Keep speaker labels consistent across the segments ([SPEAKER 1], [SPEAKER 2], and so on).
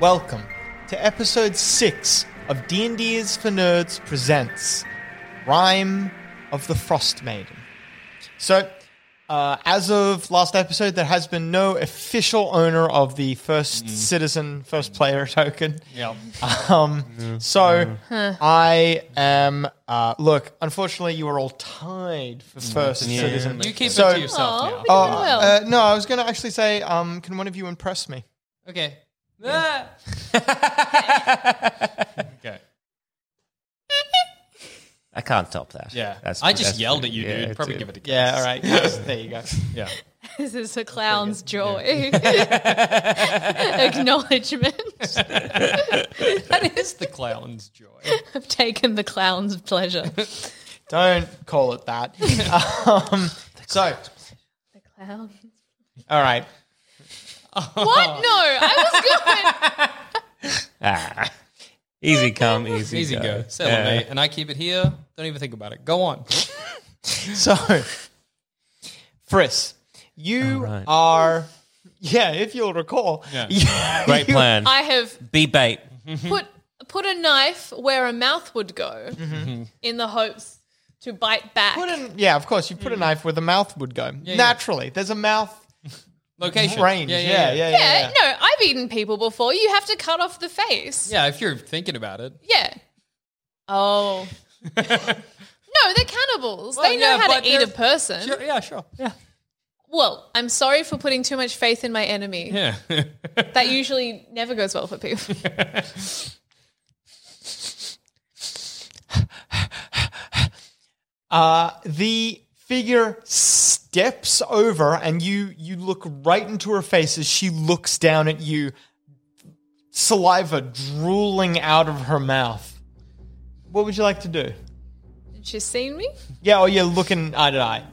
[SPEAKER 1] Welcome to episode 6 of D&D is for Nerds presents Rhyme of the Frost Maiden. So, uh, as of last episode, there has been no official owner of the first
[SPEAKER 2] Mm.
[SPEAKER 1] citizen, first player token. Yeah. Um, So, I am. Uh, look, unfortunately, you are all tied for first citizen.
[SPEAKER 2] Mm. You keep
[SPEAKER 1] So-
[SPEAKER 2] it to yourself
[SPEAKER 3] Oh,
[SPEAKER 2] now.
[SPEAKER 3] we
[SPEAKER 1] Oh,
[SPEAKER 3] can will.
[SPEAKER 1] uh, no, I was going to actually say, um, can one of you impress me?
[SPEAKER 2] Okay. Ah. okay.
[SPEAKER 4] I can't top that.
[SPEAKER 2] Yeah.
[SPEAKER 4] That's-
[SPEAKER 2] I just
[SPEAKER 4] that's
[SPEAKER 2] yelled at
[SPEAKER 4] pretty-
[SPEAKER 2] you,
[SPEAKER 4] yeah,
[SPEAKER 2] dude.
[SPEAKER 4] it's
[SPEAKER 2] Probably
[SPEAKER 4] a-
[SPEAKER 2] give it a go.
[SPEAKER 1] Yeah, all right. Yes, there you go.
[SPEAKER 2] Yeah.
[SPEAKER 3] This is a clown's joy. Acknowledgement.
[SPEAKER 2] that is the clown's joy.
[SPEAKER 3] I've taken the clown's pleasure.
[SPEAKER 1] Don't call it that. um, so,
[SPEAKER 3] The clown.
[SPEAKER 1] all right.
[SPEAKER 3] What? No, I was
[SPEAKER 4] Ah. Easy come, easy,
[SPEAKER 2] Easy go. Settle
[SPEAKER 4] Yeah.
[SPEAKER 2] mate. And I keep it here. Don't even think about it. Go on.
[SPEAKER 1] So, Friss, you are. Yeah, if you'll recall. you-
[SPEAKER 4] Great
[SPEAKER 1] you-
[SPEAKER 4] plan.
[SPEAKER 3] good. I have
[SPEAKER 4] Be bait.
[SPEAKER 3] put put a knife where a mouth would go, in the hopes to bite back.
[SPEAKER 1] Put in, yeah, of course. You put a
[SPEAKER 3] Mm.
[SPEAKER 1] knife where the mouth would go. Naturally, there's a mouth
[SPEAKER 2] Location.
[SPEAKER 1] range. Yeah, yeah, yeah. yeah,
[SPEAKER 3] yeah, no, I've eaten people before. You have to cut off the face.
[SPEAKER 2] Yeah, if you're thinking about it.
[SPEAKER 3] Yeah. Oh. no, they're cannibals.
[SPEAKER 2] Well,
[SPEAKER 3] they know
[SPEAKER 2] yeah,
[SPEAKER 3] how
[SPEAKER 2] but
[SPEAKER 3] to eat a
[SPEAKER 2] there's-
[SPEAKER 3] person.
[SPEAKER 2] Sure, yeah, sure. Yeah.
[SPEAKER 3] Well, I'm sorry for putting too much faith in my enemy.
[SPEAKER 2] Yeah.
[SPEAKER 3] That usually never goes well for people.
[SPEAKER 1] Uh, the figure steps over, and you you look right into her face as she looks down at you, saliva drooling out of her mouth. What would you like to do?
[SPEAKER 3] She's seen me.
[SPEAKER 1] Yeah, oh, you're looking eye to eye.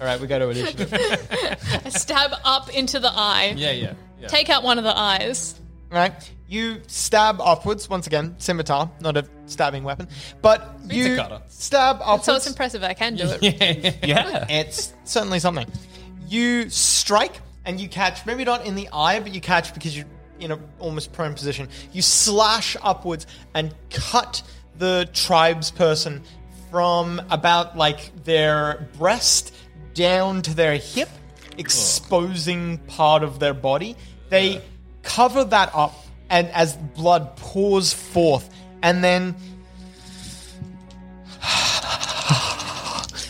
[SPEAKER 1] All right, we go to initiative. All
[SPEAKER 3] I stab up into the eye.
[SPEAKER 2] yeah, yeah. yeah.
[SPEAKER 3] Take out one of the eyes.
[SPEAKER 1] right, you stab upwards once again, scimitar, not a stabbing weapon, but
[SPEAKER 2] a
[SPEAKER 1] you
[SPEAKER 2] cutter.
[SPEAKER 1] stab upwards.
[SPEAKER 3] So it's impressive. I can do it.
[SPEAKER 4] Yeah.
[SPEAKER 1] It's certainly something. You strike and you catch, maybe not in the eye, but you catch because you're in an almost prone position. You slash upwards and cut the tribe's person from about like their breast down to their hip, exposing part of their body. They cover that up and as blood pours forth, and then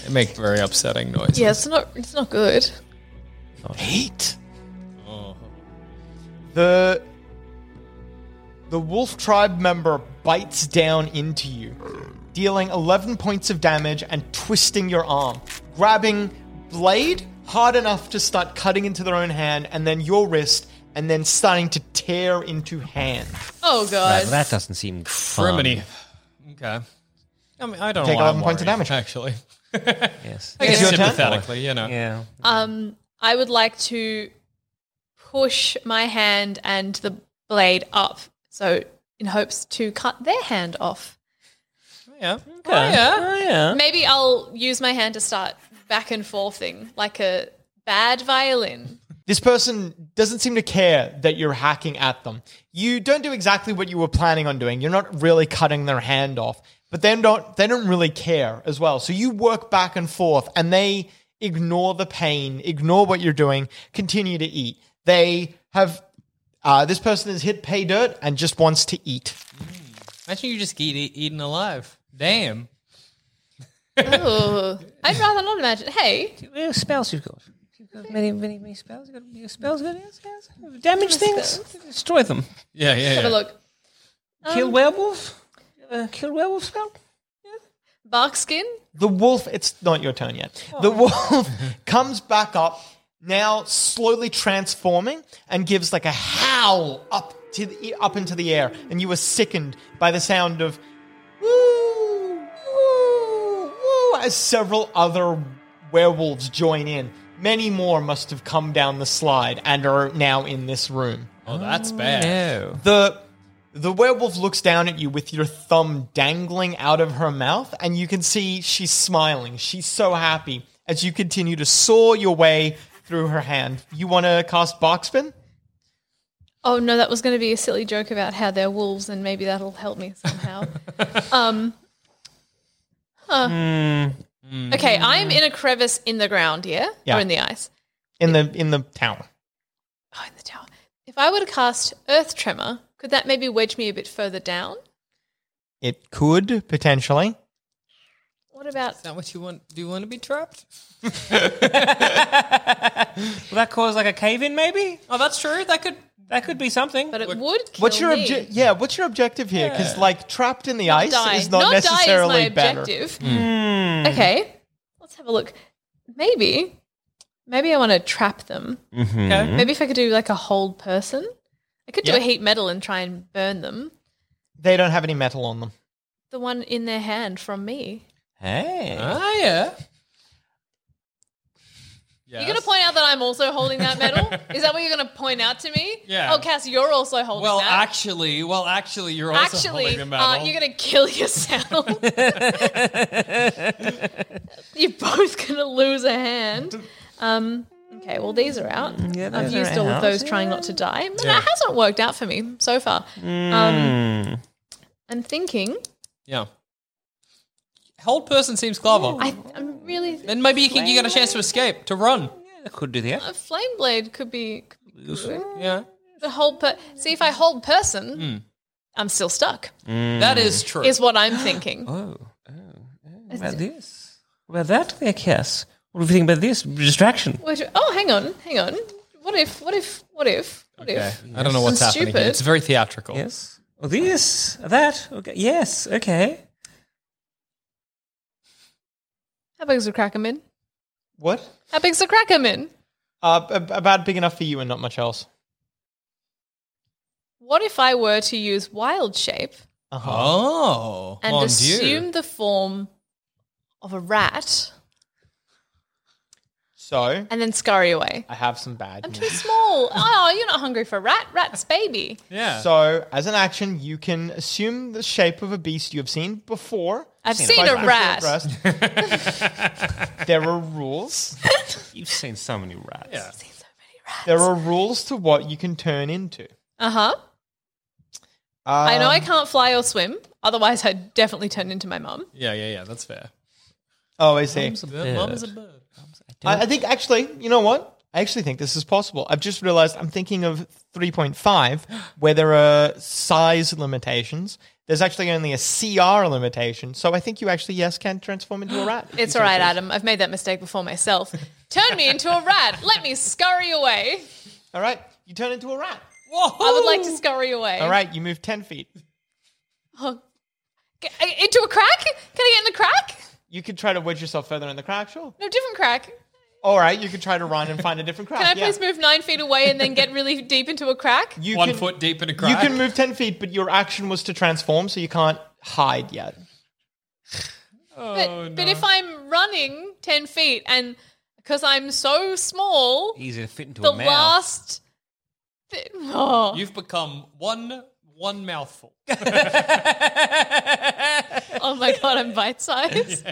[SPEAKER 2] They make very upsetting noises.
[SPEAKER 3] Yeah, it's not. It's not good.
[SPEAKER 1] Eight. Uh-huh. The the wolf tribe member bites down into you, dealing 11 points of damage and twisting your arm, grabbing blade hard enough to start cutting into their own hand and then your wrist and then starting to tear into hand.
[SPEAKER 3] Oh
[SPEAKER 4] Well,
[SPEAKER 3] god.
[SPEAKER 4] that doesn't seem fun.
[SPEAKER 2] Criminy. Okay. I mean, I don't
[SPEAKER 1] Um, Take
[SPEAKER 2] know why
[SPEAKER 1] 11
[SPEAKER 2] I'm
[SPEAKER 1] points of
[SPEAKER 2] worried,
[SPEAKER 1] damage.
[SPEAKER 2] actually.
[SPEAKER 4] Yes.
[SPEAKER 2] I guess
[SPEAKER 1] your turn.
[SPEAKER 2] sympathetically, you know.
[SPEAKER 4] Yeah.
[SPEAKER 3] Um, I would like to push my hand and the blade up, so in hopes to cut their hand off.
[SPEAKER 2] Yeah.
[SPEAKER 4] Oh, yeah.
[SPEAKER 3] Maybe I'll use my hand to start back and forthing, like a Bad violin.
[SPEAKER 1] This person doesn't seem to care that you're hacking at them. You don't do exactly what you were planning on doing. You're not really cutting their hand off, but they don't they don't really care as well. So you work back and forth and they ignore the pain, ignore what you're doing, continue to eat. They have uh, this person has hit pay dirt and just wants to eat.
[SPEAKER 2] Imagine you just get e- eaten alive. Damn.
[SPEAKER 3] Ooh, I'd rather not imagine. Hey,
[SPEAKER 4] What spells you've got? You've got many, many, many spells. You've got your spells. You've got your spells. Damage things. Destroy them.
[SPEAKER 2] Yeah, yeah.
[SPEAKER 3] have a look.
[SPEAKER 4] kill werewolf. Uh, kill werewolf spell.
[SPEAKER 3] Bark skin.
[SPEAKER 1] The wolf, it's not your turn yet. The wolf comes back up, now slowly transforming, and gives like a howl up to the, up into the air, and you are sickened by the sound of woo, woo, woo, as several other werewolves join in. Many more must have come down the slide and are now in this room.
[SPEAKER 2] Oh, that's bad.
[SPEAKER 4] No.
[SPEAKER 1] The the werewolf looks down at you with your thumb dangling out of her mouth, and you can see she's smiling. She's so happy as you continue to saw your way through her hand. You want to cast Boxspin?
[SPEAKER 3] Oh no, that was going to be a silly joke about how they're wolves, and maybe that'll help me somehow. um. huh. Okay, I'm in a crevice in the ground, yeah,
[SPEAKER 1] Hmm. Yeah.
[SPEAKER 3] or in the ice.
[SPEAKER 1] In the in the tower.
[SPEAKER 3] Oh, in the tower. If I were to cast Earth Tremor, could that maybe wedge me a bit further down?
[SPEAKER 1] It could potentially.
[SPEAKER 3] What about?
[SPEAKER 2] Is that what you want? Do you want to be trapped?
[SPEAKER 4] Will that cause like a cave in? Maybe
[SPEAKER 2] Oh, that's true. That could.
[SPEAKER 4] that could be something.
[SPEAKER 3] But it would. Kill
[SPEAKER 1] What's your
[SPEAKER 3] me.
[SPEAKER 1] obje- yeah, what's your objective here? Cuz like trapped in the ice
[SPEAKER 3] die.
[SPEAKER 1] is not,
[SPEAKER 3] die
[SPEAKER 1] necessarily
[SPEAKER 3] is my
[SPEAKER 1] better.
[SPEAKER 3] objective.
[SPEAKER 2] Hmm.
[SPEAKER 3] Hmm. Okay, let's have a look. Maybe, maybe I want to trap them.
[SPEAKER 2] Okay.
[SPEAKER 3] Maybe if I could do like a hold person, I could do a
[SPEAKER 2] Yeah.
[SPEAKER 3] heat metal and try and burn them.
[SPEAKER 1] They don't have any metal on them.
[SPEAKER 3] The one in their hand from me.
[SPEAKER 4] Hey.
[SPEAKER 2] Ah, yeah.
[SPEAKER 3] You're gonna point out that I'm also holding that medal. Is that what you're gonna point out to me?
[SPEAKER 2] Yeah.
[SPEAKER 3] Oh, Cass, you're also holding
[SPEAKER 2] Well,
[SPEAKER 3] that.
[SPEAKER 2] actually, well, actually, you're also
[SPEAKER 3] Actually,
[SPEAKER 2] holding a
[SPEAKER 3] uh,
[SPEAKER 2] medal.
[SPEAKER 3] you're gonna kill yourself. you're both gonna lose a hand. Um, okay, well these are out. I've used all of Mm, those trying not to die, but that hasn't worked out for me so far. Um, I'm thinking.
[SPEAKER 2] yeah. Whole person seems clever.
[SPEAKER 3] I, I'm really.
[SPEAKER 2] Then maybe you can you get a chance to escape, to run.
[SPEAKER 4] That could do that.
[SPEAKER 3] a flame blade could be, could be good.
[SPEAKER 2] Yeah.
[SPEAKER 3] the whole. Per- See, if I hold person,
[SPEAKER 2] Mm.
[SPEAKER 3] I'm still stuck.
[SPEAKER 2] That is true.
[SPEAKER 3] Is what I'm thinking.
[SPEAKER 4] Oh, oh, oh. What about this? What about that? There, Cass. What do you think about this distraction?
[SPEAKER 3] Which, oh, hang on, hang on. What if? What if? What if? What
[SPEAKER 2] okay.
[SPEAKER 3] if?
[SPEAKER 2] I don't know what's
[SPEAKER 3] I'm
[SPEAKER 2] happening.
[SPEAKER 3] stupid.
[SPEAKER 2] Here. It's very theatrical.
[SPEAKER 4] Yes. Or this? Or that? Okay. Yes. Okay.
[SPEAKER 3] How big's the Krakemin?
[SPEAKER 1] What?
[SPEAKER 3] How big's the Krakemin?
[SPEAKER 1] Uh, ab- about big enough for you and not much else.
[SPEAKER 3] What if I were to use wild shape
[SPEAKER 1] Uh-huh.
[SPEAKER 2] Oh.
[SPEAKER 3] and
[SPEAKER 2] mon Dieu.
[SPEAKER 3] assume the form of a rat
[SPEAKER 1] So,
[SPEAKER 3] and then scurry away?
[SPEAKER 1] I have some bad
[SPEAKER 3] I'm
[SPEAKER 1] news.
[SPEAKER 3] too small. Oh, you're not hungry for a rat. Rat's baby.
[SPEAKER 2] Yeah.
[SPEAKER 1] So, as an action, you can assume the shape of a beast you have seen before.
[SPEAKER 3] I've seen a rat.
[SPEAKER 1] there are rules.
[SPEAKER 4] You've seen so many rats. Yeah.
[SPEAKER 1] There are rules to what you can turn into. Uh,
[SPEAKER 3] Uh huh. I know
[SPEAKER 2] Um,
[SPEAKER 3] I can't fly or swim. Otherwise, I'd definitely turn into my mum.
[SPEAKER 2] yeah, yeah, yeah. That's fair.
[SPEAKER 1] Oh, I see.
[SPEAKER 2] Mum is a bird.
[SPEAKER 1] I, I think actually, you know what? I actually think this is possible. I've just realized I'm thinking of 3.5, where there are size limitations. There's actually only a CR limitation. So I think you actually, yes, can transform into a rat. if
[SPEAKER 3] It's
[SPEAKER 1] you
[SPEAKER 3] all
[SPEAKER 1] so
[SPEAKER 3] right,
[SPEAKER 1] choose.
[SPEAKER 3] Adam. I've made that mistake before myself. Turn me into a rat. Let me scurry away.
[SPEAKER 1] All right. You turn into a rat.
[SPEAKER 3] I would like to scurry away.
[SPEAKER 1] All right. You move 10 feet.
[SPEAKER 3] Oh. Get- I- Into a crack? Can I get in the crack?
[SPEAKER 1] You could try to wedge yourself further in the crack, sure.
[SPEAKER 3] No, different crack.
[SPEAKER 1] All right, you could try to run and find a different crack.
[SPEAKER 4] Ah,
[SPEAKER 3] Can I
[SPEAKER 1] yeah.
[SPEAKER 3] please move nine feet away and then get really deep into a crack?
[SPEAKER 1] You
[SPEAKER 2] One
[SPEAKER 1] can,
[SPEAKER 2] foot deep in a
[SPEAKER 1] You
[SPEAKER 2] crack.
[SPEAKER 1] can move ten feet, but your action was to transform, so you can't hide yet.
[SPEAKER 4] Oh,
[SPEAKER 3] but, but if I'm running 10 feet and because I'm so small,
[SPEAKER 4] Easy to fit into
[SPEAKER 3] the
[SPEAKER 4] a mouth.
[SPEAKER 3] last. Thi- oh.
[SPEAKER 2] You've become one one mouthful.
[SPEAKER 3] Oh my god, I'm bite sized.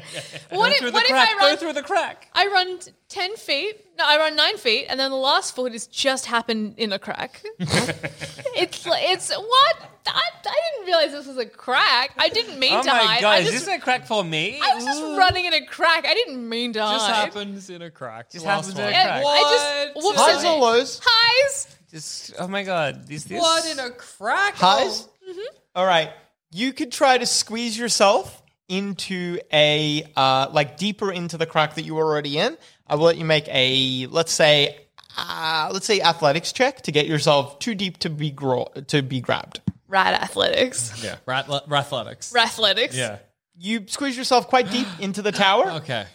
[SPEAKER 3] What if, what if I
[SPEAKER 4] Go
[SPEAKER 3] run
[SPEAKER 4] through the crack.
[SPEAKER 3] I run t- 10 feet. No, I run nine feet, and then the last foot has just happened in a crack. it's like, it's what? I, I didn't realize this was a crack. I didn't mean
[SPEAKER 4] Oh
[SPEAKER 3] to
[SPEAKER 4] my
[SPEAKER 3] hide.
[SPEAKER 4] god,
[SPEAKER 3] I,
[SPEAKER 4] is
[SPEAKER 3] just,
[SPEAKER 4] this a crack for me?
[SPEAKER 3] I was just running in a crack. I didn't mean to
[SPEAKER 2] Just
[SPEAKER 3] hide.
[SPEAKER 2] happens in a crack.
[SPEAKER 4] Just
[SPEAKER 2] Last
[SPEAKER 4] happens in a
[SPEAKER 2] one.
[SPEAKER 3] Yeah,
[SPEAKER 4] crack.
[SPEAKER 3] I just
[SPEAKER 2] What?
[SPEAKER 3] whoops,
[SPEAKER 1] Highs
[SPEAKER 3] highs,
[SPEAKER 1] or lows?
[SPEAKER 3] highs.
[SPEAKER 4] Just oh my god, is this
[SPEAKER 2] Blood in a crack.
[SPEAKER 1] Highs?
[SPEAKER 2] Oh.
[SPEAKER 3] mm-hmm.
[SPEAKER 1] All right. You could try to squeeze yourself into a, uh, like deeper into the crack that you were already in. I will let you make a, let's say, uh, let's say athletics check to get yourself too deep to be gro- to be grabbed.
[SPEAKER 3] Right athletics.
[SPEAKER 2] Yeah. Rat, athletics.
[SPEAKER 3] Right athletics.
[SPEAKER 2] Yeah.
[SPEAKER 1] You squeeze yourself quite deep into the tower.
[SPEAKER 3] Oh,
[SPEAKER 2] Okay.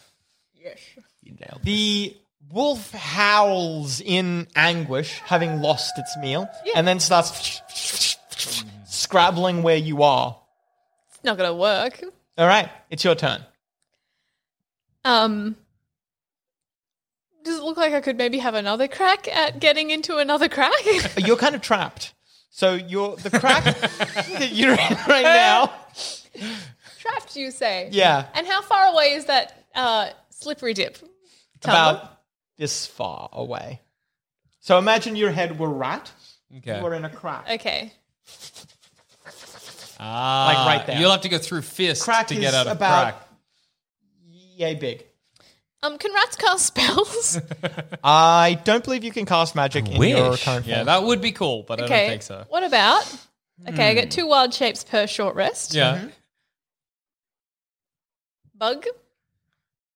[SPEAKER 1] The wolf howls in anguish, having lost its meal, and then starts scrabbling where you are.
[SPEAKER 3] It's not gonna work.
[SPEAKER 1] All right, it's your turn.
[SPEAKER 3] Um. Does it look like I could maybe have another crack at getting into another crack?
[SPEAKER 1] You're kind of trapped. So you're the crack that you're in right now.
[SPEAKER 3] Trapped, you say?
[SPEAKER 1] Yeah,
[SPEAKER 3] And how far away is that uh, slippery dip? Tunnel?
[SPEAKER 1] about this far away. So imagine your head were rat.
[SPEAKER 2] Okay.
[SPEAKER 1] You were in a crack.
[SPEAKER 3] okay.
[SPEAKER 2] Ah,
[SPEAKER 1] Like right there.
[SPEAKER 2] You'll have to go through fist
[SPEAKER 1] Crack
[SPEAKER 2] to
[SPEAKER 1] is
[SPEAKER 2] get out of
[SPEAKER 1] about-
[SPEAKER 2] crack.
[SPEAKER 1] Yay big.
[SPEAKER 3] Um, can rats cast spells?
[SPEAKER 1] I don't believe you can cast magic in your
[SPEAKER 4] wish.
[SPEAKER 1] current form.
[SPEAKER 2] Yeah, that would be cool, but I
[SPEAKER 3] okay.
[SPEAKER 2] don't think so.
[SPEAKER 3] What about? Okay, I get two wild shapes per short rest.
[SPEAKER 2] Yeah.
[SPEAKER 1] Mm-hmm.
[SPEAKER 3] Bug.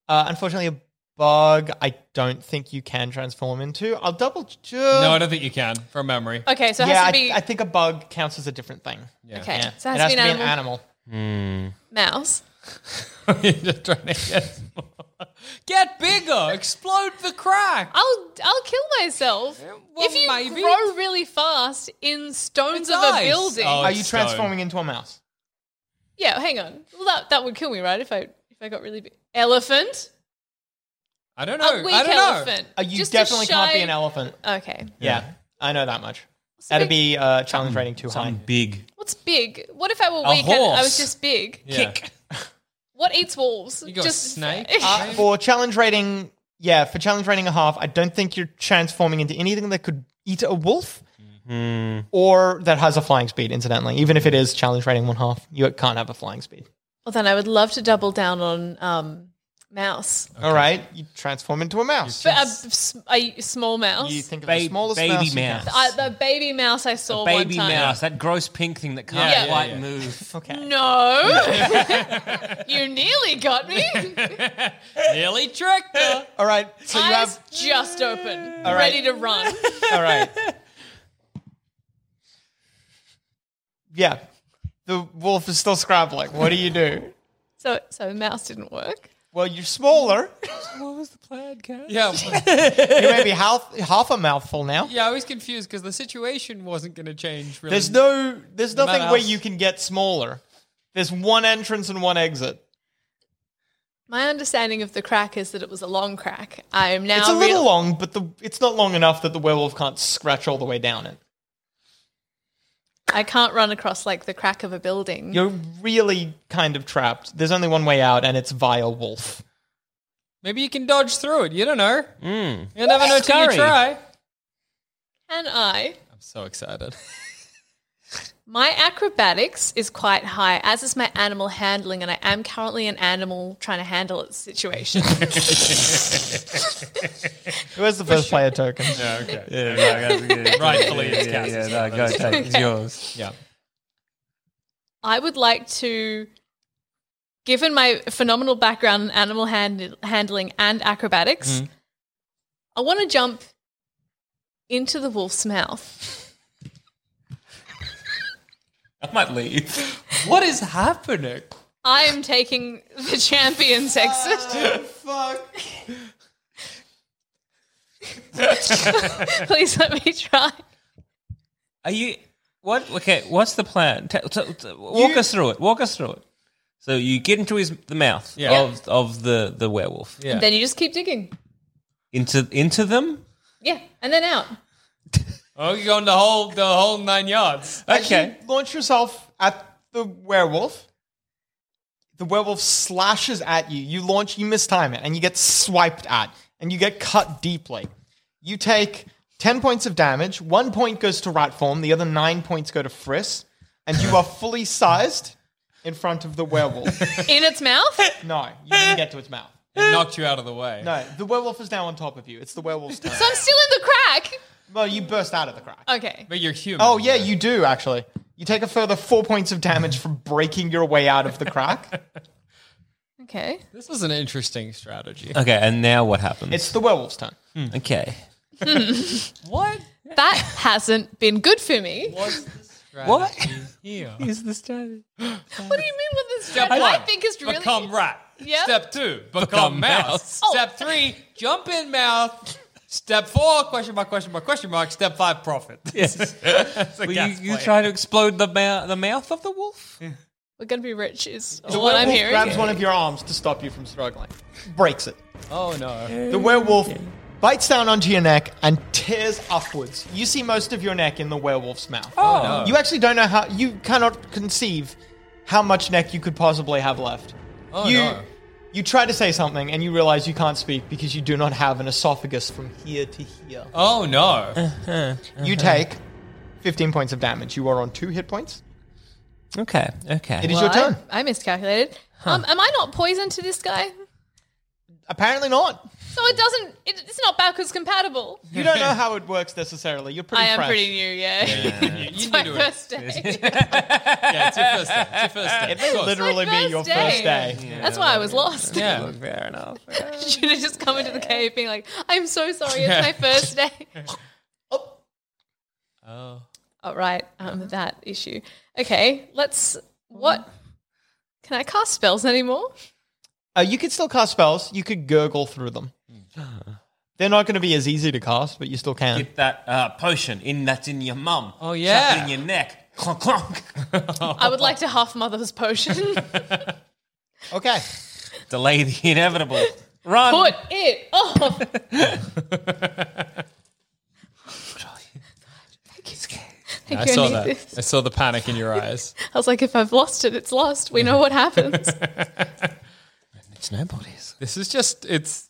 [SPEAKER 1] Uh, unfortunately, a bug I don't think you can transform into. I'll double check.
[SPEAKER 2] No, I don't think you can from memory.
[SPEAKER 3] Okay, so it
[SPEAKER 1] yeah,
[SPEAKER 3] has
[SPEAKER 1] I,
[SPEAKER 3] to be.
[SPEAKER 1] I think a bug counts as a different thing.
[SPEAKER 3] okay,
[SPEAKER 1] Yeah.
[SPEAKER 3] so it has, to be an animal.
[SPEAKER 1] animal.
[SPEAKER 3] Mouse.
[SPEAKER 2] You're just trying to get, get bigger, explode the crack.
[SPEAKER 3] I'll I'll kill myself
[SPEAKER 2] well,
[SPEAKER 3] if you
[SPEAKER 2] maybe.
[SPEAKER 3] grow really fast in stones
[SPEAKER 2] It's
[SPEAKER 3] of
[SPEAKER 2] ice.
[SPEAKER 3] a building.
[SPEAKER 2] Oh,
[SPEAKER 1] Are you
[SPEAKER 2] stone.
[SPEAKER 1] transforming into a mouse?
[SPEAKER 3] Yeah, hang on. Well, that that would kill me, right? If I if I got really big. Elephant.
[SPEAKER 2] I don't know.
[SPEAKER 3] a weak
[SPEAKER 2] I don't
[SPEAKER 3] elephant.
[SPEAKER 1] Uh, you
[SPEAKER 3] Just a
[SPEAKER 1] definitely can't be
[SPEAKER 3] shy-
[SPEAKER 1] an elephant.
[SPEAKER 3] Okay.
[SPEAKER 1] Yeah, I know that much. That'd be uh, challenge rating too high.
[SPEAKER 4] big
[SPEAKER 3] What's big? What if I were
[SPEAKER 2] A
[SPEAKER 3] weak and I
[SPEAKER 2] horse.
[SPEAKER 3] was just big?
[SPEAKER 2] know. Yeah.
[SPEAKER 3] What eats wolves?
[SPEAKER 2] You got
[SPEAKER 3] just
[SPEAKER 2] a snake.
[SPEAKER 1] Uh, for challenge rating, yeah, for challenge rating a half, I don't think you're transforming into anything that could eat a wolf
[SPEAKER 2] Mm-hmm.
[SPEAKER 1] or that has a flying speed, incidentally. Even if it is challenge rating one half, you can't have a flying speed.
[SPEAKER 3] Well, then I would love to double down on um, mouse,
[SPEAKER 1] All right, you transform into a mouse.
[SPEAKER 3] but a, s- a small mouse.
[SPEAKER 1] You think of
[SPEAKER 4] Ba-
[SPEAKER 1] the smallest
[SPEAKER 4] baby
[SPEAKER 1] mouse you can.
[SPEAKER 4] mouse.
[SPEAKER 3] I, the baby mouse I saw
[SPEAKER 4] baby
[SPEAKER 3] one time.
[SPEAKER 4] mouse, that gross pink thing that can't
[SPEAKER 3] Yeah. Yeah,
[SPEAKER 4] quite
[SPEAKER 2] yeah.
[SPEAKER 4] move.
[SPEAKER 1] Okay.
[SPEAKER 3] No, you nearly got me.
[SPEAKER 2] Nearly tricked her.
[SPEAKER 1] All right. So you
[SPEAKER 3] Eyes
[SPEAKER 1] have.
[SPEAKER 3] just open,
[SPEAKER 1] right.
[SPEAKER 3] ready to run.
[SPEAKER 1] All right. Yeah. The wolf is still scrabbling. What do you do?
[SPEAKER 3] So, so mouse didn't work.
[SPEAKER 1] Well, you're smaller.
[SPEAKER 2] Yeah. well,
[SPEAKER 1] You may be half half a mouthful now.
[SPEAKER 2] Yeah, I was confused because the situation wasn't going to change really.
[SPEAKER 1] There's no there's nothing
[SPEAKER 2] mouse.
[SPEAKER 1] where you can get smaller. There's one entrance and one exit.
[SPEAKER 3] My understanding of the crack is that it was a long crack. I am now
[SPEAKER 1] It's a
[SPEAKER 3] real-
[SPEAKER 1] little long, but the it's not long enough that the werewolf can't scratch all the way down it.
[SPEAKER 3] I can't run across like the crack of a building.
[SPEAKER 1] You're really kind of trapped. There's only one way out, and it's via wolf.
[SPEAKER 2] Maybe you can dodge through it. You don't know.
[SPEAKER 1] Hmm.
[SPEAKER 2] You never know till
[SPEAKER 4] Scurry.
[SPEAKER 2] you try.
[SPEAKER 3] Can I?
[SPEAKER 2] I'm so excited.
[SPEAKER 3] My acrobatics is quite high, as is my animal handling, and I am currently an animal trying to handle its situation.
[SPEAKER 1] Who has the first player token?
[SPEAKER 2] Yeah, okay.
[SPEAKER 4] Yeah, no, yeah, yeah,
[SPEAKER 2] Rightfully, it's
[SPEAKER 4] yeah,
[SPEAKER 2] Cass's.
[SPEAKER 4] yeah, no, go take it. It's yours.
[SPEAKER 2] Yeah.
[SPEAKER 3] I would like to, given my phenomenal background in animal hand- handling and acrobatics, I want to jump into the wolf's mouth.
[SPEAKER 4] I might leave.
[SPEAKER 2] What is happening?
[SPEAKER 3] I am taking the champion's exit.
[SPEAKER 1] Fuck.
[SPEAKER 3] Please let me try.
[SPEAKER 4] Are you? What? Okay. What's the plan? Ta ta- ta- walk us through it. Walk us through it. So you get into his the mouth
[SPEAKER 2] Yeah.
[SPEAKER 4] of of the the werewolf
[SPEAKER 2] Yeah.
[SPEAKER 3] Then you just keep digging.
[SPEAKER 4] into into them.
[SPEAKER 3] Yeah, and then out.
[SPEAKER 2] Oh, you're going the whole the whole nine yards.
[SPEAKER 4] Okay.
[SPEAKER 1] Launch yourself at the werewolf. the werewolf slashes at you. You launch, you mistime it, and you get swiped at, and you get cut deeply. You take 10 points of damage. One point goes to rat form, the other nine points go to Friss, and you are fully sized in front of the werewolf.
[SPEAKER 3] In its mouth?
[SPEAKER 1] No, you didn't get to its mouth.
[SPEAKER 2] It knocked you out of the way.
[SPEAKER 1] No, the werewolf is now on top of you. It's the werewolf's turn.
[SPEAKER 3] So I'm still in the crack.
[SPEAKER 1] Well, you burst out of the crack.
[SPEAKER 3] Okay.
[SPEAKER 2] But you're human.
[SPEAKER 1] Oh, yeah, you do, actually. You take a further four points of damage from breaking your way out of the crack.
[SPEAKER 3] Okay.
[SPEAKER 2] This is an interesting strategy.
[SPEAKER 4] Okay, and now what happens? Hmm.
[SPEAKER 1] It's the werewolf's turn.
[SPEAKER 4] okay.
[SPEAKER 2] What?
[SPEAKER 3] That hasn't been good for me. What
[SPEAKER 4] What
[SPEAKER 2] Here.
[SPEAKER 4] is the strategy?
[SPEAKER 3] do you mean with this?
[SPEAKER 2] Step
[SPEAKER 3] dread? I
[SPEAKER 2] one,
[SPEAKER 3] think is really
[SPEAKER 2] Become rat.
[SPEAKER 3] Yep. Oh.
[SPEAKER 2] Step two, become,
[SPEAKER 4] Become
[SPEAKER 2] mouse.
[SPEAKER 4] mouse.
[SPEAKER 2] Step three, jump in mouth. Step four, question mark, question mark, question mark. Step five, profit.
[SPEAKER 4] Well, you, you try to explode the, mou- the mouth of the wolf?
[SPEAKER 3] We're gonna be rich is
[SPEAKER 1] The
[SPEAKER 3] what I'm
[SPEAKER 1] werewolf
[SPEAKER 3] hearing.
[SPEAKER 1] grabs one of your arms to stop you from struggling, breaks it.
[SPEAKER 2] Oh no.
[SPEAKER 1] The werewolf bites down onto your neck and tears upwards. You see most of your neck in the werewolf's mouth. Oh,
[SPEAKER 2] no.
[SPEAKER 1] You actually don't know how. You cannot conceive how much neck you could possibly have left.
[SPEAKER 2] Oh
[SPEAKER 1] you,
[SPEAKER 2] no.
[SPEAKER 1] You try to say something and you realize you can't speak because you do not have an esophagus from here to here.
[SPEAKER 2] Oh no.
[SPEAKER 1] You
[SPEAKER 4] Uh-huh.
[SPEAKER 1] take 15 points of damage. You are on two hit points.
[SPEAKER 4] Okay, okay.
[SPEAKER 1] It is your
[SPEAKER 3] Well,
[SPEAKER 1] turn.
[SPEAKER 3] I, I miscalculated. Um, am I not poison to this guy?
[SPEAKER 1] Apparently not.
[SPEAKER 3] So it doesn't. It, it's not backwards compatible.
[SPEAKER 1] You don't know how it works necessarily. You're pretty
[SPEAKER 3] I am
[SPEAKER 1] fresh.
[SPEAKER 3] pretty new. Yeah.
[SPEAKER 2] You
[SPEAKER 3] it's
[SPEAKER 2] need
[SPEAKER 3] my
[SPEAKER 2] to.
[SPEAKER 3] first day.
[SPEAKER 2] Yeah, it's your first day. It's your first day.
[SPEAKER 1] It may literally
[SPEAKER 3] My
[SPEAKER 1] be your
[SPEAKER 3] first
[SPEAKER 1] first
[SPEAKER 3] day.
[SPEAKER 1] day.
[SPEAKER 3] That's why I was lost.
[SPEAKER 2] Yeah.
[SPEAKER 4] Fair enough.
[SPEAKER 3] Should have just come into the cave being like, "I'm so sorry. It's my first day."
[SPEAKER 2] Oh.
[SPEAKER 3] All right, um, that issue. Okay, let's. What? Can I cast spells anymore?
[SPEAKER 1] Uh, you could still cast spells. You could gurgle through them. They're not going to be as easy to cast, but you still can.
[SPEAKER 4] Get that uh, potion in that's in your mum.
[SPEAKER 2] Oh, yeah.
[SPEAKER 4] Shove it in your neck. Clonk, clonk.
[SPEAKER 3] I would like to half mother's potion.
[SPEAKER 1] Okay.
[SPEAKER 4] Delay the inevitable. Run.
[SPEAKER 3] Put it off. Thank
[SPEAKER 2] I
[SPEAKER 3] you,
[SPEAKER 2] saw
[SPEAKER 3] need
[SPEAKER 2] that.
[SPEAKER 3] this.
[SPEAKER 2] I saw the panic in your eyes.
[SPEAKER 3] I was like, if I've lost it, it's lost. We know what happens.
[SPEAKER 4] It's nobody's.
[SPEAKER 2] This is just it's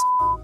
[SPEAKER 5] f-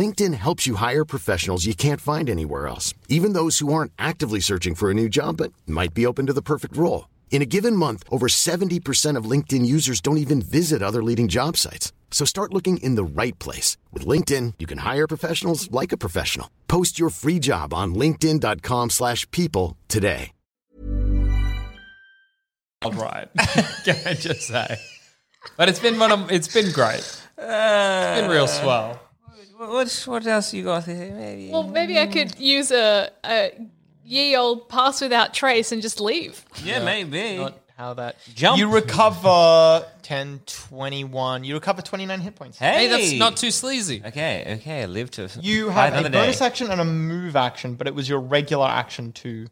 [SPEAKER 6] LinkedIn helps you hire professionals you can't find anywhere else, even those who aren't actively searching for a new job but might be open to the perfect role. In a given month, over 70% of LinkedIn users don't even visit other leading job sites. So start looking in the right place. With LinkedIn, you can hire professionals like a professional. Post your free job on linkedin.com/people slash people today.
[SPEAKER 2] All right. Can I just say? But it's been one of, it's been great. It's been real swell.
[SPEAKER 4] What, Uh, what else you got here? Maybe.
[SPEAKER 3] well, maybe I could use a, a ye old pass without trace and just leave.
[SPEAKER 4] yeah, maybe.
[SPEAKER 1] How that
[SPEAKER 4] Jump.
[SPEAKER 1] You recover 10, 21. You recover 29 hit points.
[SPEAKER 2] Hey,
[SPEAKER 4] hey.
[SPEAKER 2] that's not too sleazy.
[SPEAKER 4] Okay, okay. Live to
[SPEAKER 1] You
[SPEAKER 4] fight
[SPEAKER 1] have a
[SPEAKER 4] another
[SPEAKER 1] bonus
[SPEAKER 4] day.
[SPEAKER 1] action and a move action, but it was your regular action to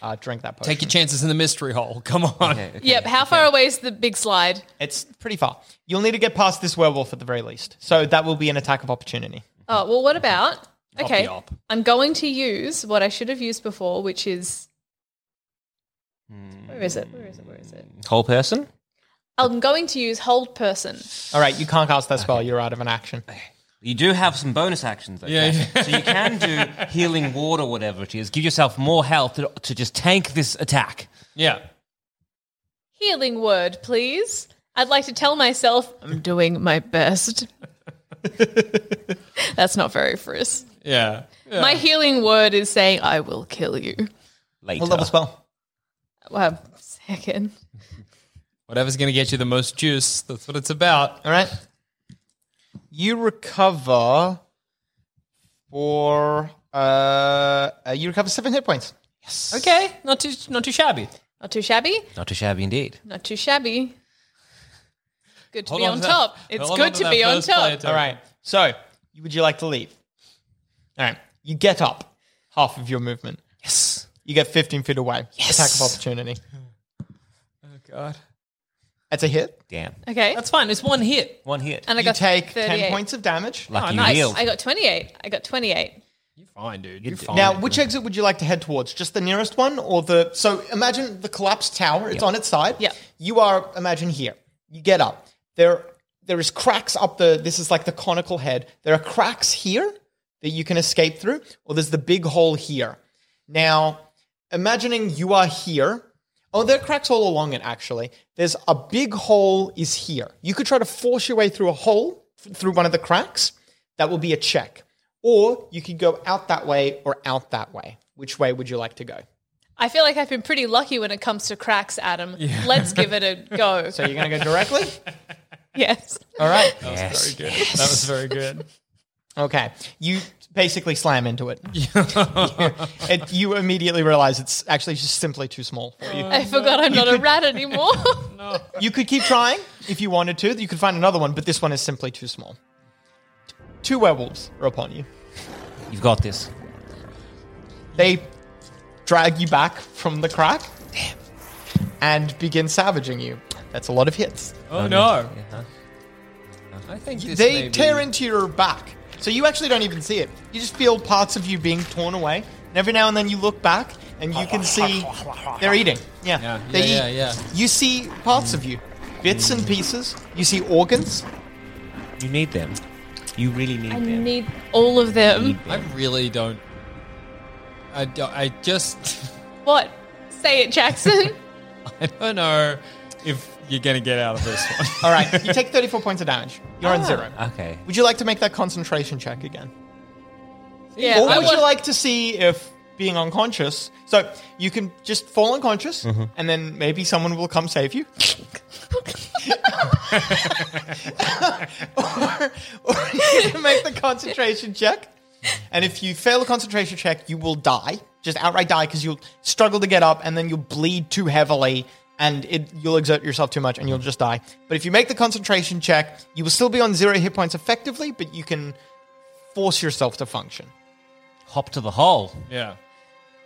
[SPEAKER 1] uh, drink that potion.
[SPEAKER 2] Take your chances in the mystery hole. Come on.
[SPEAKER 3] yep. How far away is the big slide?
[SPEAKER 1] It's pretty far. You'll need to get past this werewolf at the very least. So that will be an attack of opportunity.
[SPEAKER 3] Oh well, what about? Okay,
[SPEAKER 2] up.
[SPEAKER 3] I'm going to use what I should have used before, which is where is it? Where is it? Where is it?
[SPEAKER 2] Hmm.
[SPEAKER 4] Whole person?
[SPEAKER 3] I'm going to use hold person.
[SPEAKER 1] All right, you can't cast that spell. You're out of an action.
[SPEAKER 4] You do have some bonus actions, though.
[SPEAKER 2] Yeah,
[SPEAKER 4] Kat. so you can do healing ward or whatever it is. Give yourself more health to, to just tank this attack.
[SPEAKER 2] Yeah.
[SPEAKER 3] Healing word, please. I'd like to tell myself I'm doing my best. That's not very frizz.
[SPEAKER 2] Yeah. Yeah.
[SPEAKER 3] My healing word is saying I will kill you.
[SPEAKER 4] Later.
[SPEAKER 1] What level spell?
[SPEAKER 3] Well, second.
[SPEAKER 2] Whatever's going to get you the most juice. That's what it's about.
[SPEAKER 1] All right. you recover for uh, uh, you recover seven hit points.
[SPEAKER 2] Okay, not too not too shabby.
[SPEAKER 3] Not too shabby.
[SPEAKER 4] Not too shabby indeed.
[SPEAKER 3] Not too shabby. Good to
[SPEAKER 2] Hold
[SPEAKER 3] be
[SPEAKER 2] on
[SPEAKER 3] on
[SPEAKER 2] to that-
[SPEAKER 3] top. It's
[SPEAKER 2] hold on
[SPEAKER 3] good
[SPEAKER 2] to
[SPEAKER 3] to
[SPEAKER 2] that
[SPEAKER 3] be on
[SPEAKER 2] first player
[SPEAKER 3] top.
[SPEAKER 2] too.
[SPEAKER 1] All right. So, you- would you like to leave? All right. You get up half of your movement. Yes. You get 15 feet away. Yes. Attack of opportunity.
[SPEAKER 2] Oh god,
[SPEAKER 1] That's a hit.
[SPEAKER 4] Damn.
[SPEAKER 3] Okay.
[SPEAKER 2] that's fine. It's one hit.
[SPEAKER 4] One hit.
[SPEAKER 3] and I
[SPEAKER 1] You
[SPEAKER 3] got
[SPEAKER 1] take 10
[SPEAKER 3] 38.
[SPEAKER 1] points of damage.
[SPEAKER 4] Lucky you
[SPEAKER 3] Nice.
[SPEAKER 4] healed.
[SPEAKER 3] I got 28. I got 28.
[SPEAKER 2] You're fine, dude. You're fine.
[SPEAKER 4] Oh,
[SPEAKER 1] Now, which exit would you like to head towards? Just the nearest one or the. So imagine the collapsed tower. It's on its side.
[SPEAKER 3] Yeah.
[SPEAKER 1] You are, imagine here. You get up. There, There is cracks up the. This is like the conical head. There are cracks here that you can escape through, or there's the big hole here. Now, imagining you are here. Oh, there are cracks all along it, actually. There's a big hole is here. You could try to force your way through a hole, th- through one of the cracks. That will be a check. Or you could go out that way or out that way. Which way would you like to go?
[SPEAKER 3] I feel like I've been pretty lucky when it comes to cracks, Adam. Let's give it a go.
[SPEAKER 1] So you're going to go directly?
[SPEAKER 3] yes.
[SPEAKER 1] All right.
[SPEAKER 4] yes.
[SPEAKER 2] Very good. That was very good.
[SPEAKER 1] Okay. You basically slam into it. you, it- you immediately realize it's actually just simply too small for
[SPEAKER 4] Uh.
[SPEAKER 1] you.
[SPEAKER 3] I forgot I'm not a rat anymore.
[SPEAKER 1] You could keep trying if you wanted to. You could find another one, but this one is simply too small. Two werewolves are upon you.
[SPEAKER 4] You've got this.
[SPEAKER 1] They drag you back from the crack and begin savaging you. That's a lot of hits.
[SPEAKER 2] Oh no.
[SPEAKER 4] Uh-huh.
[SPEAKER 2] I think this
[SPEAKER 1] they
[SPEAKER 2] may
[SPEAKER 1] tear
[SPEAKER 2] be-
[SPEAKER 1] into your back. So you actually don't even see it. You just feel parts of you being torn away. And every now and then you look back and you can see they're eating. Yeah.
[SPEAKER 2] Yeah,
[SPEAKER 1] they
[SPEAKER 2] yeah,
[SPEAKER 1] eat.
[SPEAKER 2] yeah, yeah.
[SPEAKER 1] You see parts of you, bits and pieces. You see organs.
[SPEAKER 4] You need them. You really need
[SPEAKER 3] I
[SPEAKER 4] them.
[SPEAKER 3] need all of
[SPEAKER 1] Mm.
[SPEAKER 3] them.
[SPEAKER 2] I really don't. I don't, I just
[SPEAKER 3] What? Say it, Jackson.
[SPEAKER 2] I don't know if you're gonna get out of this one.
[SPEAKER 1] All right. you take 34 points of damage. You're
[SPEAKER 2] Ah.
[SPEAKER 1] on zero.
[SPEAKER 4] okay.
[SPEAKER 1] Would you like to make that concentration check again?
[SPEAKER 3] yeah.
[SPEAKER 1] or
[SPEAKER 3] I
[SPEAKER 1] would you
[SPEAKER 3] want-
[SPEAKER 1] like to see if being unconscious? So you can just fall unconscious, and then maybe someone will come save you. or, or you can make the concentration check, and if you fail the concentration check, you will die, just outright die, because you'll struggle to get up, and then you'll bleed too heavily. And it, you'll exert yourself too much and you'll just die. But if you make the concentration check, you will still be on zero hit points effectively, but you can force yourself to function.
[SPEAKER 4] Hop to the hole.
[SPEAKER 2] Yeah.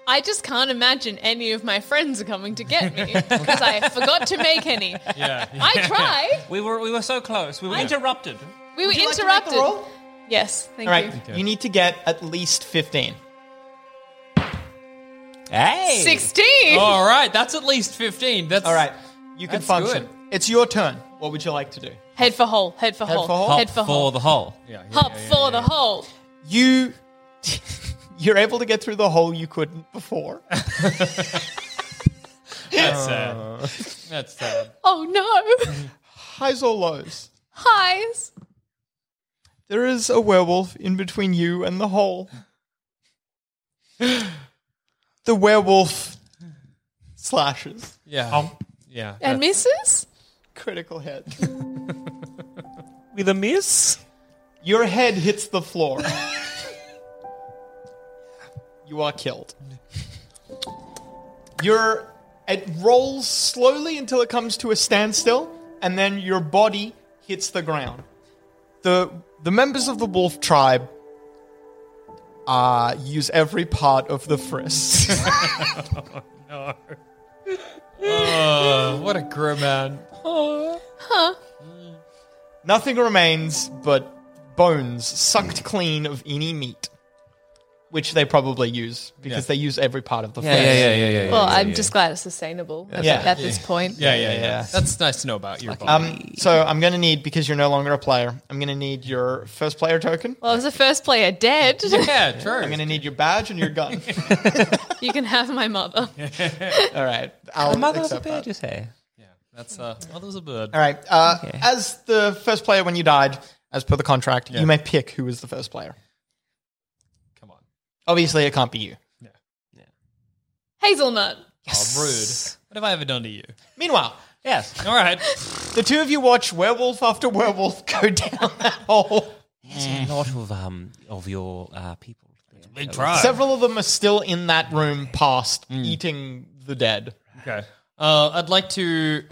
[SPEAKER 3] I just can't imagine any of my friends are coming to get me because I forgot to make any.
[SPEAKER 2] Yeah.
[SPEAKER 3] I tried.
[SPEAKER 4] We were we were so close. We were interrupted.
[SPEAKER 3] We were
[SPEAKER 1] Would you like to make the
[SPEAKER 3] interrupted.
[SPEAKER 1] roll?
[SPEAKER 3] yes, thank
[SPEAKER 1] All right,
[SPEAKER 3] you.
[SPEAKER 1] you need to get at least 15.
[SPEAKER 4] Hey.
[SPEAKER 3] 16.
[SPEAKER 1] Oh.
[SPEAKER 2] All right, that's at least fifteen. That's
[SPEAKER 1] All right, you can
[SPEAKER 2] That's
[SPEAKER 1] function.
[SPEAKER 2] good.
[SPEAKER 1] It's your turn. What would you like to do?
[SPEAKER 3] Head for hole. Head for
[SPEAKER 1] Head
[SPEAKER 3] hole.
[SPEAKER 1] for hole?
[SPEAKER 3] Head for
[SPEAKER 4] for
[SPEAKER 3] hole.
[SPEAKER 4] the hole.
[SPEAKER 3] Hop for the hole.
[SPEAKER 1] You you're able to get through the hole you couldn't before.
[SPEAKER 2] That's sad. That's sad.
[SPEAKER 3] Oh no.
[SPEAKER 1] Highs or lows?
[SPEAKER 3] Highs.
[SPEAKER 1] There is a werewolf in between you and the hole. The werewolf slashes
[SPEAKER 2] Yeah. Yeah.
[SPEAKER 3] And misses?
[SPEAKER 1] critical hit.
[SPEAKER 4] With a miss.
[SPEAKER 1] Your head hits the floor. you are killed. Your it rolls slowly until it comes to a standstill, and then your body hits the ground. The the members of the wolf tribe uh, use every part of the frisk.
[SPEAKER 2] Oh, what a grim man.
[SPEAKER 1] Nothing remains but bones sucked clean of any meat, which they probably use because they use every part of the
[SPEAKER 4] Yeah,
[SPEAKER 1] frisk.
[SPEAKER 4] yeah, yeah, yeah, yeah. yeah,
[SPEAKER 3] Well,
[SPEAKER 4] yeah,
[SPEAKER 3] I'm
[SPEAKER 4] yeah.
[SPEAKER 3] just glad it's sustainable at-
[SPEAKER 1] Yeah.
[SPEAKER 3] at this point.
[SPEAKER 2] Yeah, yeah, yeah,
[SPEAKER 1] yeah.
[SPEAKER 2] That's nice to know about your body.
[SPEAKER 1] Um, so I'm going to need because you're no longer a player. I'm going to need your first player token.
[SPEAKER 3] Well, as the first player dead,
[SPEAKER 2] yeah, true.
[SPEAKER 1] I'm going to need your badge and your gun.
[SPEAKER 3] you can have my mother.
[SPEAKER 1] All right, I'll
[SPEAKER 4] the mother of the
[SPEAKER 1] accept
[SPEAKER 4] bird,
[SPEAKER 1] that.
[SPEAKER 4] you say.
[SPEAKER 2] That's uh, oh, there was a bird.
[SPEAKER 1] All right. Uh,
[SPEAKER 4] Okay.
[SPEAKER 1] As the first player, when you died, as per the contract,
[SPEAKER 2] Yeah.
[SPEAKER 1] you may pick who is the first player.
[SPEAKER 2] Come on.
[SPEAKER 1] Obviously, it can't be you.
[SPEAKER 3] Hazelnut.
[SPEAKER 2] Oh, rude. What have I ever done to you?
[SPEAKER 1] Meanwhile,
[SPEAKER 4] Yes.
[SPEAKER 2] All right.
[SPEAKER 1] the two of you watch werewolf after werewolf go down that hole.
[SPEAKER 4] There's a lot of um of your uh, people. They
[SPEAKER 5] try.
[SPEAKER 1] Several of them are still in that room, past eating the dead.
[SPEAKER 2] Okay. Uh, I'd like to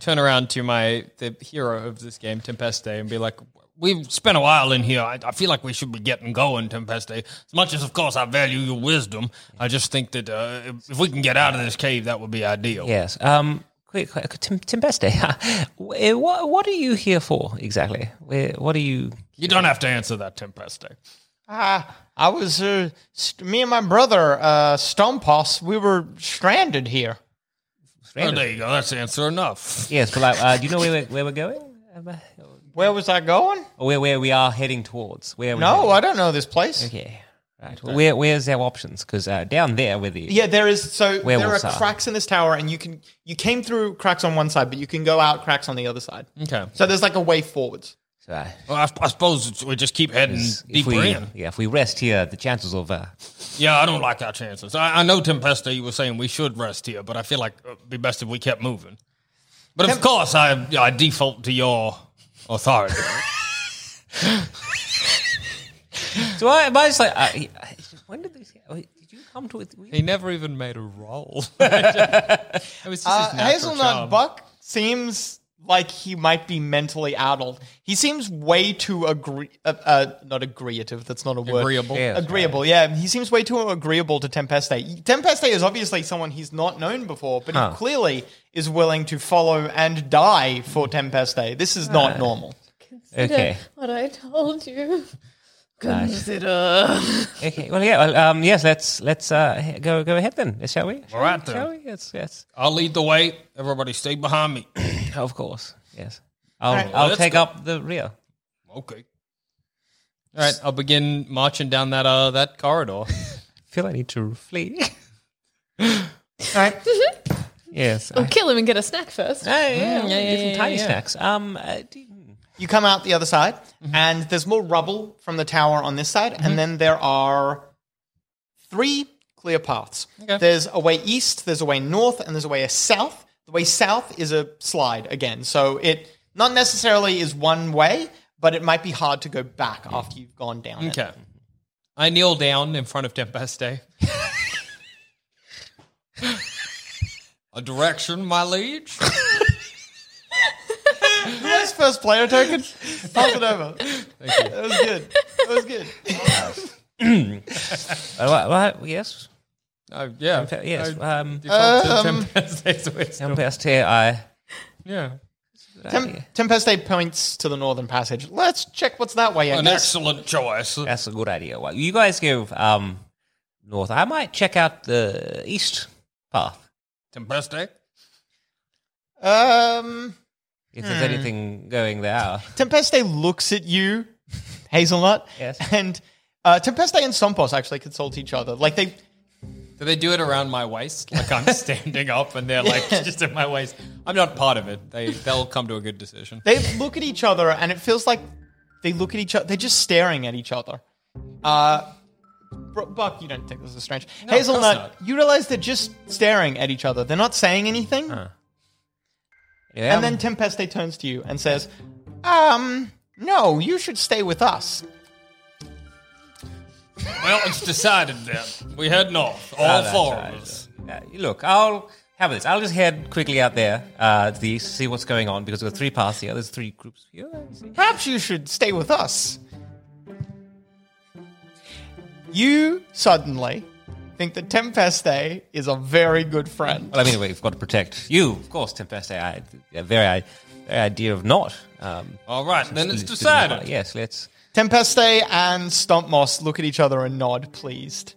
[SPEAKER 2] turn around to my the hero of this game, Tempeste, and be like,
[SPEAKER 4] We've spent a while in here. I, I feel like we should be getting going, Tempeste. As much as, of course, I value your wisdom, I just think that uh, if, if we can get out of this cave, that would be ideal. Yes. Um. Quick, quick Tim, Tempeste. what what are you here for exactly? Where, what are you? You don't have to answer that, Tempeste.
[SPEAKER 1] Ah, I was, uh, st- me and my brother, uh, Stompos, we were stranded here.
[SPEAKER 4] Oh, there you go. That's answer enough. Yes, but like, uh, do you know where we're, where we're going?
[SPEAKER 1] Where was I going?
[SPEAKER 4] Or where, where we are heading towards? Where are we
[SPEAKER 1] No,
[SPEAKER 4] heading?
[SPEAKER 1] I don't know this place.
[SPEAKER 4] Okay. Right. Well, where where's our options? Because uh, down there where the
[SPEAKER 1] Yeah, there is. So
[SPEAKER 4] Werewolves
[SPEAKER 1] there are
[SPEAKER 4] are.
[SPEAKER 1] cracks in this tower, and you can you came through cracks on one side, but you can go out cracks on the other side.
[SPEAKER 2] Hmm.
[SPEAKER 4] Okay.
[SPEAKER 1] So there's like a way forwards.
[SPEAKER 4] So, uh,
[SPEAKER 7] Well, I, I suppose we just keep heading
[SPEAKER 4] if
[SPEAKER 7] deeper
[SPEAKER 4] we,
[SPEAKER 7] in.
[SPEAKER 4] yeah, if we rest here, the chances of uh,
[SPEAKER 7] Yeah, I don't like our chances. I, I know Tempesta, you were saying we should rest here, but I feel like it'd be best if we kept moving. But of course, I I default to your authority.
[SPEAKER 4] so I, am I just like I, I, when did these oh, did you come to it?
[SPEAKER 2] he never even made a roll. it was just
[SPEAKER 1] Uh,
[SPEAKER 2] his natural
[SPEAKER 1] Hazelnut
[SPEAKER 2] charm.
[SPEAKER 1] Buck seems like he might be mentally addled. He seems way too agree, uh, uh, not agreeative. That's not a word.
[SPEAKER 2] Agreeable.
[SPEAKER 4] Yeah, that's
[SPEAKER 1] agreeable. Yeah, he seems way too agreeable to Tempeste. Tempeste is obviously someone he's not known before, but he clearly is willing to follow and die for Tempeste. This is
[SPEAKER 4] Uh,
[SPEAKER 1] not normal.
[SPEAKER 4] Okay,
[SPEAKER 3] What I told you.
[SPEAKER 4] okay. Well, yeah. Well, um, yes. Let's let's uh, he- go go ahead then, shall we? Shall
[SPEAKER 7] All right,
[SPEAKER 4] we?
[SPEAKER 7] then.
[SPEAKER 4] Shall we? Yes. Yes.
[SPEAKER 7] I'll lead the way. Everybody stay behind me.
[SPEAKER 4] Of course. Yes. I'll
[SPEAKER 1] right,
[SPEAKER 4] I'll
[SPEAKER 7] let's
[SPEAKER 4] take
[SPEAKER 7] go.
[SPEAKER 4] up the rear.
[SPEAKER 7] Okay.
[SPEAKER 2] All right, I'll begin marching down that uh that corridor.
[SPEAKER 4] feel I need to flee.
[SPEAKER 1] All right.
[SPEAKER 4] yes.
[SPEAKER 3] We'll kill him and get a snack first.
[SPEAKER 4] I, yeah, yeah,
[SPEAKER 3] yeah,
[SPEAKER 4] get some
[SPEAKER 3] yeah,
[SPEAKER 4] tiny
[SPEAKER 3] yeah.
[SPEAKER 4] snacks. Um, uh, do you-
[SPEAKER 1] You come out the other side, and there's more rubble from the tower on this side, and then there are three clear paths. There's a way east, there's a way north, and there's a way south. The way south is a slide again, so it not necessarily is one way, but it might be hard to go back after you've gone down. it.
[SPEAKER 2] Okay. I kneel down in front of Tempeste. a direction, my liege.
[SPEAKER 1] Nice first player token. Pass it over. That was good. That was good.
[SPEAKER 4] uh, what, what, yes.
[SPEAKER 2] Oh, yeah.
[SPEAKER 4] Tempe- yes.
[SPEAKER 2] I
[SPEAKER 4] Um,
[SPEAKER 2] default to Tempeste's wisdom.
[SPEAKER 4] Tempest here. I.
[SPEAKER 2] Yeah.
[SPEAKER 1] Tem- Tempeste points to the northern passage. Let's check what's that
[SPEAKER 2] Oh,
[SPEAKER 1] way. I
[SPEAKER 7] An
[SPEAKER 1] guess.
[SPEAKER 7] excellent choice.
[SPEAKER 4] That's a good idea. Well, you guys go um, north. I might check out the east path
[SPEAKER 7] Tempesta?
[SPEAKER 1] Um.
[SPEAKER 4] if
[SPEAKER 2] Hmm.
[SPEAKER 4] there's anything going there.
[SPEAKER 1] Tempeste looks at you, Hazelnut.
[SPEAKER 4] Yes.
[SPEAKER 1] And uh, Tempeste and Sompos actually consult each other. Like they,
[SPEAKER 2] Do they do it around my waist? Like I'm standing up and they're like just at my waist. I'm not part of it. They they'll come to a good decision.
[SPEAKER 1] they look at each other, and it feels like they look at each other. They're just staring at each other. Uh, Bro- Buck, you don't think this is strange.
[SPEAKER 2] of
[SPEAKER 1] Hazelnut,
[SPEAKER 2] course
[SPEAKER 1] you realize they're just staring at each other. They're not saying anything.
[SPEAKER 4] Anyway,
[SPEAKER 1] And
[SPEAKER 4] um,
[SPEAKER 1] then Tempeste turns to you and says, "Um, no, you should stay with us."
[SPEAKER 7] Well, it's decided then. We head north,
[SPEAKER 2] Ah,
[SPEAKER 7] all
[SPEAKER 4] oh, that's
[SPEAKER 7] four
[SPEAKER 4] right.
[SPEAKER 7] of us.
[SPEAKER 4] Uh, look, I'll have this. I'll just head quickly out there uh, to the east, see what's going on because there are three paths here. There's three groups here. you see.
[SPEAKER 1] Perhaps you should stay with us. You suddenly think that Tempeste is a very good friend.
[SPEAKER 4] Well, I mean, we've got to protect you, of course, Tempeste. I, the very, very idea of not. Um,
[SPEAKER 7] All right, then it's
[SPEAKER 4] is- is-
[SPEAKER 7] decided.
[SPEAKER 4] Yes, let's.
[SPEAKER 1] Tempeste and Stompmoss look at each other and nod, pleased.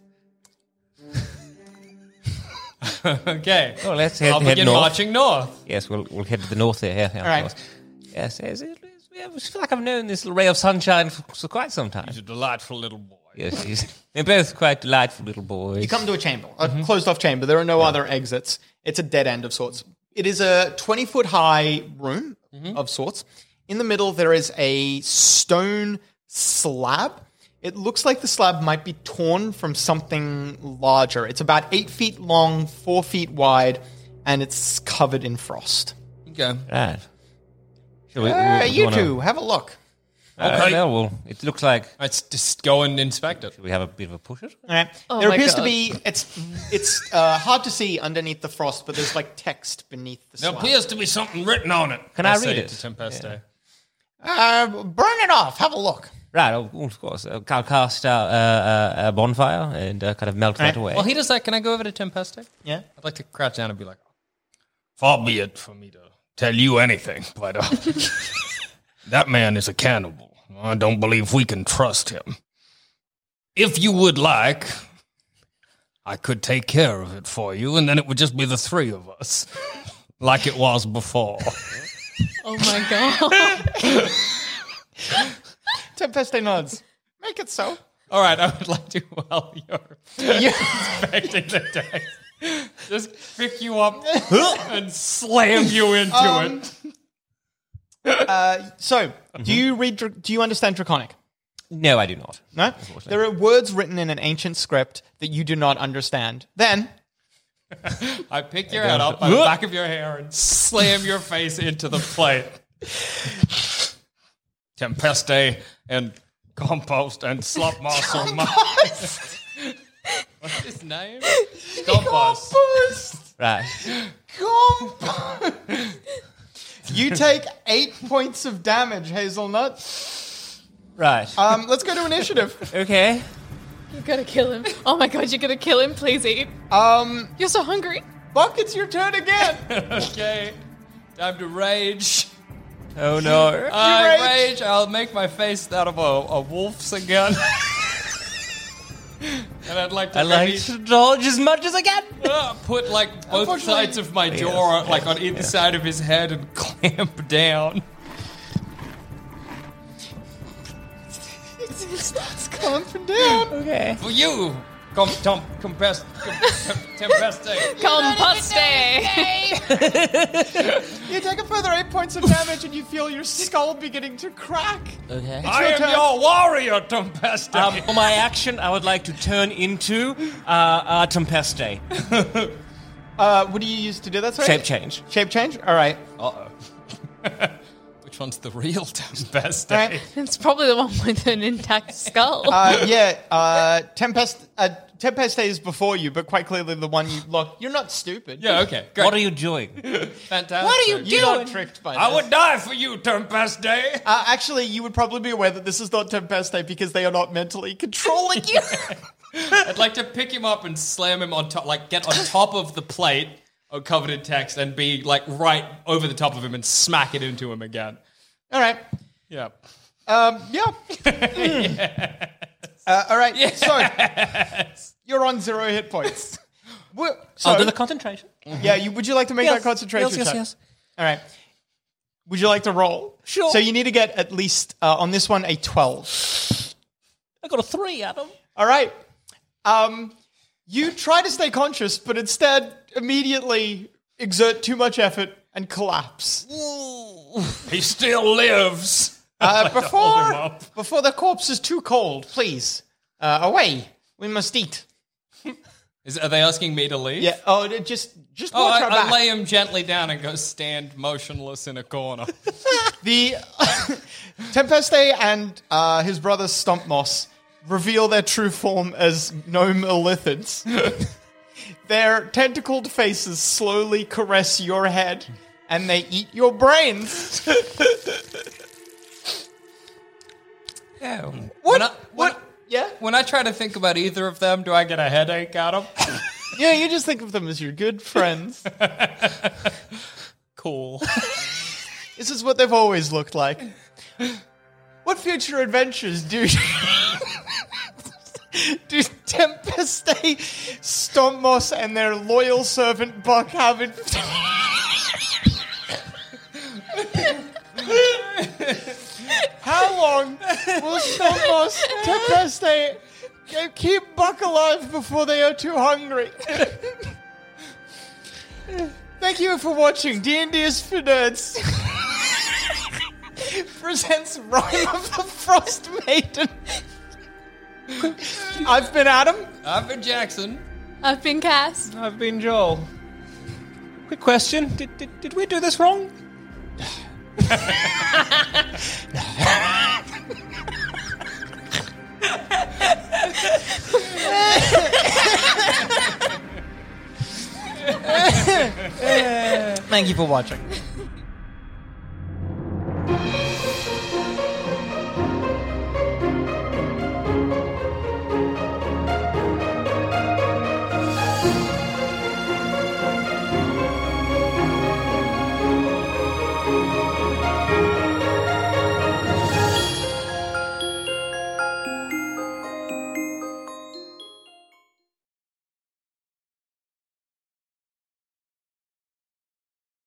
[SPEAKER 2] okay.
[SPEAKER 4] Well, let's head,
[SPEAKER 2] I'll
[SPEAKER 4] head
[SPEAKER 2] begin
[SPEAKER 4] north.
[SPEAKER 2] marching north.
[SPEAKER 4] Yes, we'll we'll head to the north there. Yeah, yeah, of
[SPEAKER 1] right.
[SPEAKER 4] course. Yes, yes, it- it's- yeah, I just feel like I've known this little ray of sunshine for, for quite some time.
[SPEAKER 7] He's a delightful little boy.
[SPEAKER 4] Yes, yes. they're both quite delightful little boys.
[SPEAKER 1] You come to a chamber, a
[SPEAKER 4] Mm-hmm.
[SPEAKER 1] closed off chamber. There are no other exits. It's a dead end of sorts. It is a 20 foot high room
[SPEAKER 4] Mm-hmm.
[SPEAKER 1] of sorts. In the middle, there is a stone slab. It looks like the slab might be torn from something larger. It's about eight feet long, four feet wide, and it's covered in frost.
[SPEAKER 2] Okay.
[SPEAKER 4] Right. Shall we-
[SPEAKER 1] Uh,
[SPEAKER 4] we- we
[SPEAKER 1] you
[SPEAKER 4] wanna-
[SPEAKER 1] two, have a look.
[SPEAKER 4] Okay.
[SPEAKER 7] well, we'll- it looks like
[SPEAKER 2] Let's just go and inspect it.
[SPEAKER 7] we have a bit of a push it.
[SPEAKER 1] All right.
[SPEAKER 3] Oh
[SPEAKER 1] there
[SPEAKER 3] my
[SPEAKER 1] appears to
[SPEAKER 3] God.
[SPEAKER 1] be it's it's uh, hard to see underneath the frost, but there's like text beneath the
[SPEAKER 7] There
[SPEAKER 1] slime.
[SPEAKER 7] appears to be something written on it.
[SPEAKER 4] Can I
[SPEAKER 2] say
[SPEAKER 4] read it?
[SPEAKER 2] to Tempeste.
[SPEAKER 1] Uh, burn it off. Have a look.
[SPEAKER 4] Right, oh, of course. Uh, I'll cast out uh, uh, a bonfire and uh, kind of melt
[SPEAKER 1] Right.
[SPEAKER 4] that away.
[SPEAKER 2] Well, Oh, he does that. Can I go over to Tempeste?
[SPEAKER 1] Yeah.
[SPEAKER 2] I'd like to crouch down and be like,
[SPEAKER 7] Far be it for me to tell you anything, but uh, that man is a cannibal. I don't believe we can trust him. If you would like, I could take care of it for you, and then it would just be the three of us, like it was before.
[SPEAKER 3] Oh my god.
[SPEAKER 1] Tempeste nods. Make it so.
[SPEAKER 2] "All right, I would like to while you're
[SPEAKER 1] You-
[SPEAKER 2] inspecting the text, just pick you up and slam you into
[SPEAKER 1] Um,
[SPEAKER 2] it."
[SPEAKER 1] so, do you read? Dra- Do you understand Draconic?
[SPEAKER 4] no, I do not.
[SPEAKER 1] No. There are words written in an ancient script that you do not understand. Then
[SPEAKER 2] I pick your head up by the back of your hair and slam your face into the plate.
[SPEAKER 7] Tempeste and compost and slop moss or mo-
[SPEAKER 2] What's his name? Compost.
[SPEAKER 4] Right.
[SPEAKER 1] Compost. you take eight points of damage, Hazelnut.
[SPEAKER 4] Right.
[SPEAKER 1] Um, let's go to initiative.
[SPEAKER 4] okay.
[SPEAKER 3] you gotta kill him. Oh my god, you're gonna kill him. Please eat.
[SPEAKER 1] Um,
[SPEAKER 3] You're so hungry.
[SPEAKER 1] Buck, it's your turn again.
[SPEAKER 2] Okay, time to rage.
[SPEAKER 4] Oh, no.
[SPEAKER 2] I
[SPEAKER 1] rage.
[SPEAKER 2] rage. I'll make my face out of a, a wolf's again. and I'd like to
[SPEAKER 4] I like
[SPEAKER 2] maybe,
[SPEAKER 4] to dodge as much as I can.
[SPEAKER 2] uh, put like both
[SPEAKER 1] Unfortunately-
[SPEAKER 2] sides of my jaw like on either side of his head and clamp down.
[SPEAKER 1] It starts coming from down.
[SPEAKER 4] Okay.
[SPEAKER 2] For you, com- tom, compest, com- tem- tempeste.
[SPEAKER 3] Composte.
[SPEAKER 1] You take a further eight points of damage, and you feel your skull beginning to crack.
[SPEAKER 4] Okay.
[SPEAKER 7] I
[SPEAKER 1] your
[SPEAKER 7] am
[SPEAKER 1] turn.
[SPEAKER 7] your warrior, Tempeste.
[SPEAKER 4] Um, for my action, I would like to turn into uh, uh, Tempeste.
[SPEAKER 1] Uh, what do you use to do that? Sorry?
[SPEAKER 4] Shape change.
[SPEAKER 1] Shape change. All right.
[SPEAKER 2] Which one's the real tempest?
[SPEAKER 1] All right.
[SPEAKER 3] It's probably the one with an intact skull.
[SPEAKER 1] Uh, yeah. Uh, Tempest. Uh, Tempest is before you, but quite clearly the one you locked. You're not stupid.
[SPEAKER 2] Yeah, okay, great.
[SPEAKER 4] What are you doing?
[SPEAKER 2] Fantastic.
[SPEAKER 1] You're not tricked by
[SPEAKER 7] I
[SPEAKER 1] this.
[SPEAKER 7] would die for you, Tempeste.
[SPEAKER 1] Uh, actually, you would probably be aware that this is not Tempeste because they are not mentally controlling you.
[SPEAKER 2] I'd like to pick him up and slam him on top, like get on top of the plate uh, covered in text and be like right over the top of him and smack it into him again.
[SPEAKER 1] all right.
[SPEAKER 2] Yeah.
[SPEAKER 1] Um, yeah. Uh, all right. So you're on zero hit points. We're- So,
[SPEAKER 4] Under the concentration.
[SPEAKER 1] yeah, you, would you like to make that concentration
[SPEAKER 4] Yes, yes,
[SPEAKER 1] check?
[SPEAKER 4] yes.
[SPEAKER 1] All right. Would you like to roll?
[SPEAKER 4] Sure.
[SPEAKER 1] So you need to get at least uh, on this one a twelve.
[SPEAKER 4] I got a three, Adam.
[SPEAKER 1] All right. Um, you try to stay conscious, but instead immediately exert too much effort and collapse.
[SPEAKER 7] He still lives.
[SPEAKER 1] Uh,
[SPEAKER 7] hold him
[SPEAKER 1] before,
[SPEAKER 7] up.
[SPEAKER 1] before the corpse is too cold, please. Uh, away. We must eat.
[SPEAKER 2] Is, are they asking me to leave?
[SPEAKER 1] Yeah. Oh, d- just just
[SPEAKER 2] Oh,
[SPEAKER 1] watch
[SPEAKER 2] I,
[SPEAKER 1] our
[SPEAKER 2] I
[SPEAKER 1] back.
[SPEAKER 2] lay him gently down and go stand motionless in a corner.
[SPEAKER 1] the Tempeste and uh, his brother Stompmoss reveal their true form as gnome illithids. their tentacled faces slowly caress your head, and they eat your brains.
[SPEAKER 2] What? When I, when,
[SPEAKER 1] What? Yeah?
[SPEAKER 2] when I try to think about either of them, do I get a headache out of?
[SPEAKER 1] Yeah, you just think of them as your good friends.
[SPEAKER 2] Cool.
[SPEAKER 1] this is what they've always looked like. What future adventures do do Tempeste, Stompmos, and their loyal servant Buck have in How long will Stompmos, Tempeste keep Buck alive before they are too hungry? Thank you for watching D&D is for Nerds. Presents Rhyme of the Frost Maiden. I've been Adam.
[SPEAKER 2] I've been Jackson.
[SPEAKER 3] I've been cast.
[SPEAKER 1] I've been Joel.
[SPEAKER 4] Quick question. Did, did, did we do this wrong?
[SPEAKER 1] Thank you for watching.